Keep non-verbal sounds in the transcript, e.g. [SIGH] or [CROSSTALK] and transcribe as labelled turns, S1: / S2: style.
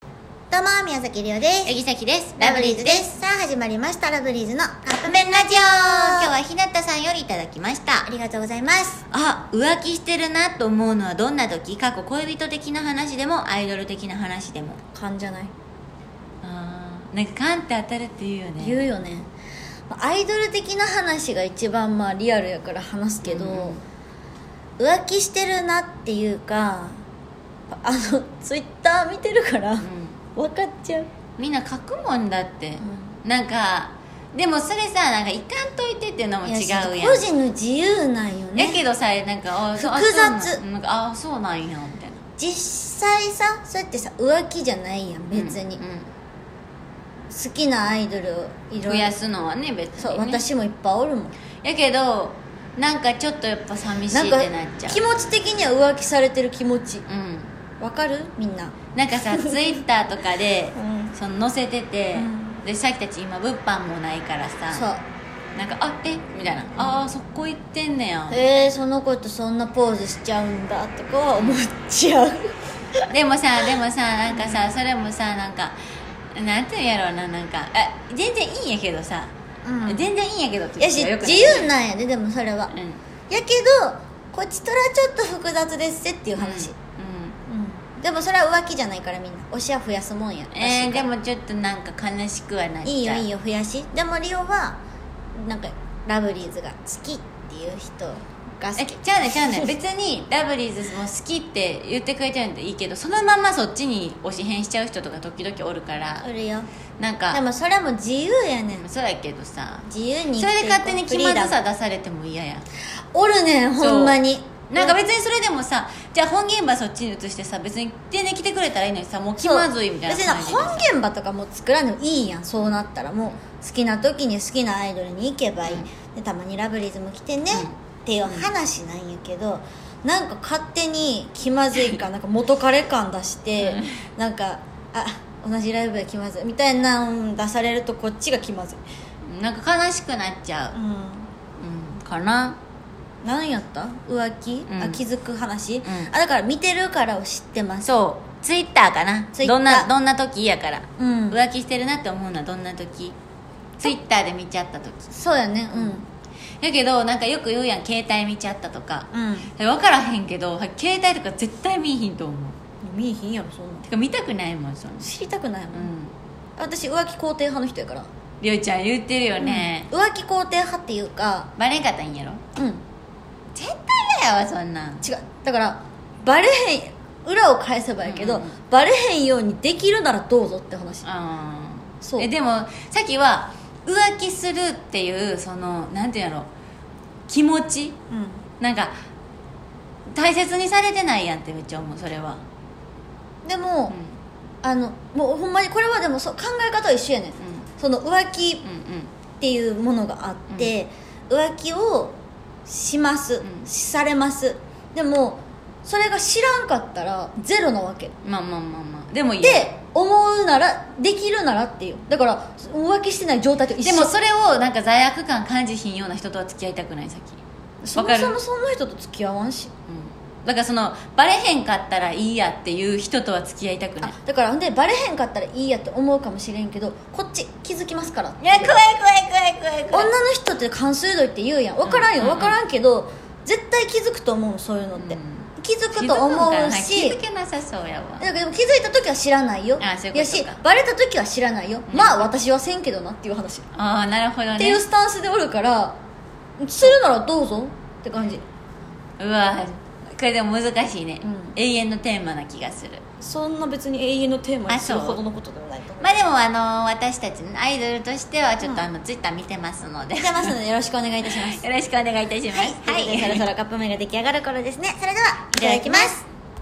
S1: どうも宮崎りおです
S2: えぎさきです
S1: ラブリーズですさあ始まりましたラブリーズのカップ麺ラジオ今
S2: 今日
S1: 日は
S2: はひなたさんよりいただきました
S1: ありがとうございます
S2: あ浮気してるなと思うのはどんな時過去恋人的な話でもアイドル的な話でも
S1: 勘じゃない
S2: あーなんかカンって当たるって言うよね
S1: 言うよねアイドル的な話が一番まあリアルやから話すけど、浮気してるなっていうかあのツイッター見てるから
S2: うん
S1: 分かっちゃう、
S2: みんな書くもんだって、なんかでもそれさなんかいかんといてっていうのも
S1: い
S2: 違うやん
S1: 個人の自由なんよ
S2: や
S1: ね
S2: けどさなんかあそう
S1: 複雑
S2: あそうなんなんかあそうなんやみたいな
S1: 実際さそうやってさ浮気じゃないやん別に、
S2: うんうん
S1: 好きなアイドルをいろ
S2: 増
S1: いろ
S2: やすのはね別にね
S1: そう私もいっぱいおるもん
S2: やけどなんかちょっとやっぱ寂しい
S1: な
S2: っ
S1: ん
S2: て
S1: か
S2: なっちゃう
S1: 気持ち的には浮気されてる気持ち
S2: うん
S1: わかるみんな
S2: なんか
S1: [LAUGHS]
S2: さツイッターとかで、
S1: うん
S2: その載せてて、
S1: うん
S2: でさっきたち今物販もないからさ
S1: そう
S2: なんか「あえみたいな「ああそこ行ってんねや」
S1: へえその子とそんなポーズしちゃうんだとかは思っちゃう
S2: でもさでもさなんかさそれもさなんかなんていうんやろうななんかあ全然いいんやけどさ、
S1: うん
S2: 全然いいんやけどって
S1: や
S2: 言っ
S1: し
S2: ちゃよくな
S1: 自
S2: い
S1: 由なんやででもそれは
S2: うん
S1: やけどこちとらちょっと複雑ですぜっていう話、
S2: う
S1: うんでもそれは浮気じゃないからみんな推しは増やすもんや
S2: んえー、で
S1: も
S2: もちょっとなんか悲しくはなっちゃう
S1: い
S2: い
S1: いよいい
S2: よ
S1: よ増やしでもリオはなんかラブリーズが好きっていう人が好
S2: え
S1: き
S2: ちゃうねちゃうね別にラブリーズも好きって言ってくれてるんでいいけどそのままそっちに推し変しちゃう人とか時々おるから
S1: おるよ
S2: なんか
S1: でもそれも自由やねん
S2: そうやけどさ
S1: 自由に生きていこう
S2: それで勝手に気まず
S1: フリーダ
S2: さ出されても嫌やん
S1: ムおるねん
S2: そう
S1: ほんまに
S2: なんか別にそれでもさじゃあ本現場そっちに移してさ別に全然来てくれたらいいのにさもう気
S1: そう
S2: まずいみたいな
S1: 別にさ
S2: 感じで
S1: 本現場とかも作らんでもいいやんそうなったらもう好きな時に好きなアイドルに行けばいい、
S2: うん
S1: でたまにラブリーズも来てね、
S2: うん
S1: っていう話なんやけどなんか勝手に気まずい
S2: [LAUGHS]
S1: かなんか元彼感出して、なんかあ同じライブや気まずいみたいなん出されるとこっちが気まずい
S2: なんか悲しくなっちゃう
S1: う、ん
S2: うん、かな
S1: 何やった浮気、
S2: うん
S1: あ気づく話、
S2: ん
S1: あだから見てるからを知ってます
S2: そうツイッターかな
S1: Twitter
S2: どんなどんな時やから、
S1: うん
S2: 浮気してるなって思うのはどんな時ツイッターで見ちゃった時
S1: そうやねうん
S2: やけどなんかよく言うやん携帯見ちゃったとか、
S1: うん
S2: 分からへんけど携帯とか絶対見いひんと思う
S1: 見えひんやろそんなん
S2: てか見たくないもんそんな
S1: 知りたくないもん、
S2: うん
S1: 私浮気肯定派の人やから、
S2: りょうちゃん言ってるよね、
S1: 浮気肯定派っていうか
S2: バレんかったんやろ
S1: うん違う
S2: 絶対嫌やわそんなん
S1: だからバレへん裏を返せばやけど、
S2: うんうんうん
S1: バレへんようにできるならどうぞって話
S2: あー
S1: そう
S2: えでもさっきは浮気するっていうそのなんていうんやろ気持ち
S1: うん
S2: なんか大切にされてないやんってめっちゃ思うそれは、
S1: でも、
S2: う
S1: あのもうほんまにこれはでもそう考え方は一緒やねん、その浮気っ
S2: ん、うんうん
S1: ていうものがあって、浮気をします、
S2: ん
S1: しされますでもそれが知らんかったらゼロなわけ
S2: まあまあまあまあでもいいよ
S1: で思うならできるならっていうだから浮気してない状態と一
S2: で
S1: 緒
S2: もそれをなんか罪悪感感じひんような人とは付き合いたくないさっき
S1: そ
S2: わ
S1: も
S2: かる
S1: そもその人と付き合わんし
S2: うんだからそのバレへんかったらいいやっていう人とは付き合いたくない
S1: あだからほんでバレへんかったらいいやって思うかもしれんけどこっち気づきますから
S2: いや怖い怖い怖い怖い
S1: 女
S2: い
S1: の人って関数度いって言うやん分からんよ
S2: うん
S1: 分
S2: うんうん
S1: からんけど絶対気づくと思うのそういうのって、
S2: うん
S1: 気づくと思う
S2: 気
S1: し
S2: づけなさそうやわ
S1: だからでも気づいた時は知らないよ
S2: あそういうことか
S1: やしバレた時は知らないよ、
S2: うん
S1: まあ私はせんけどなっていう話、
S2: ああなるほど
S1: っ
S2: ね
S1: ていうスタンスでおるからするならどうぞって感じ
S2: うわこれでも難しいね、
S1: うん
S2: 永遠のテーマな気がする
S1: そんな別に永遠のテーマに
S2: あ
S1: す
S2: そう
S1: るほどのことでもないと思う
S2: まあでもあの私たちのアイドルとしてはちょっとあの、ツイッター見てますのでよ
S1: 見てますのでよろしくお願いいたします
S2: ろしくお願いいたします
S1: はい、ということでそろそろカップ麺が出来上がる頃ですねそれではいただきます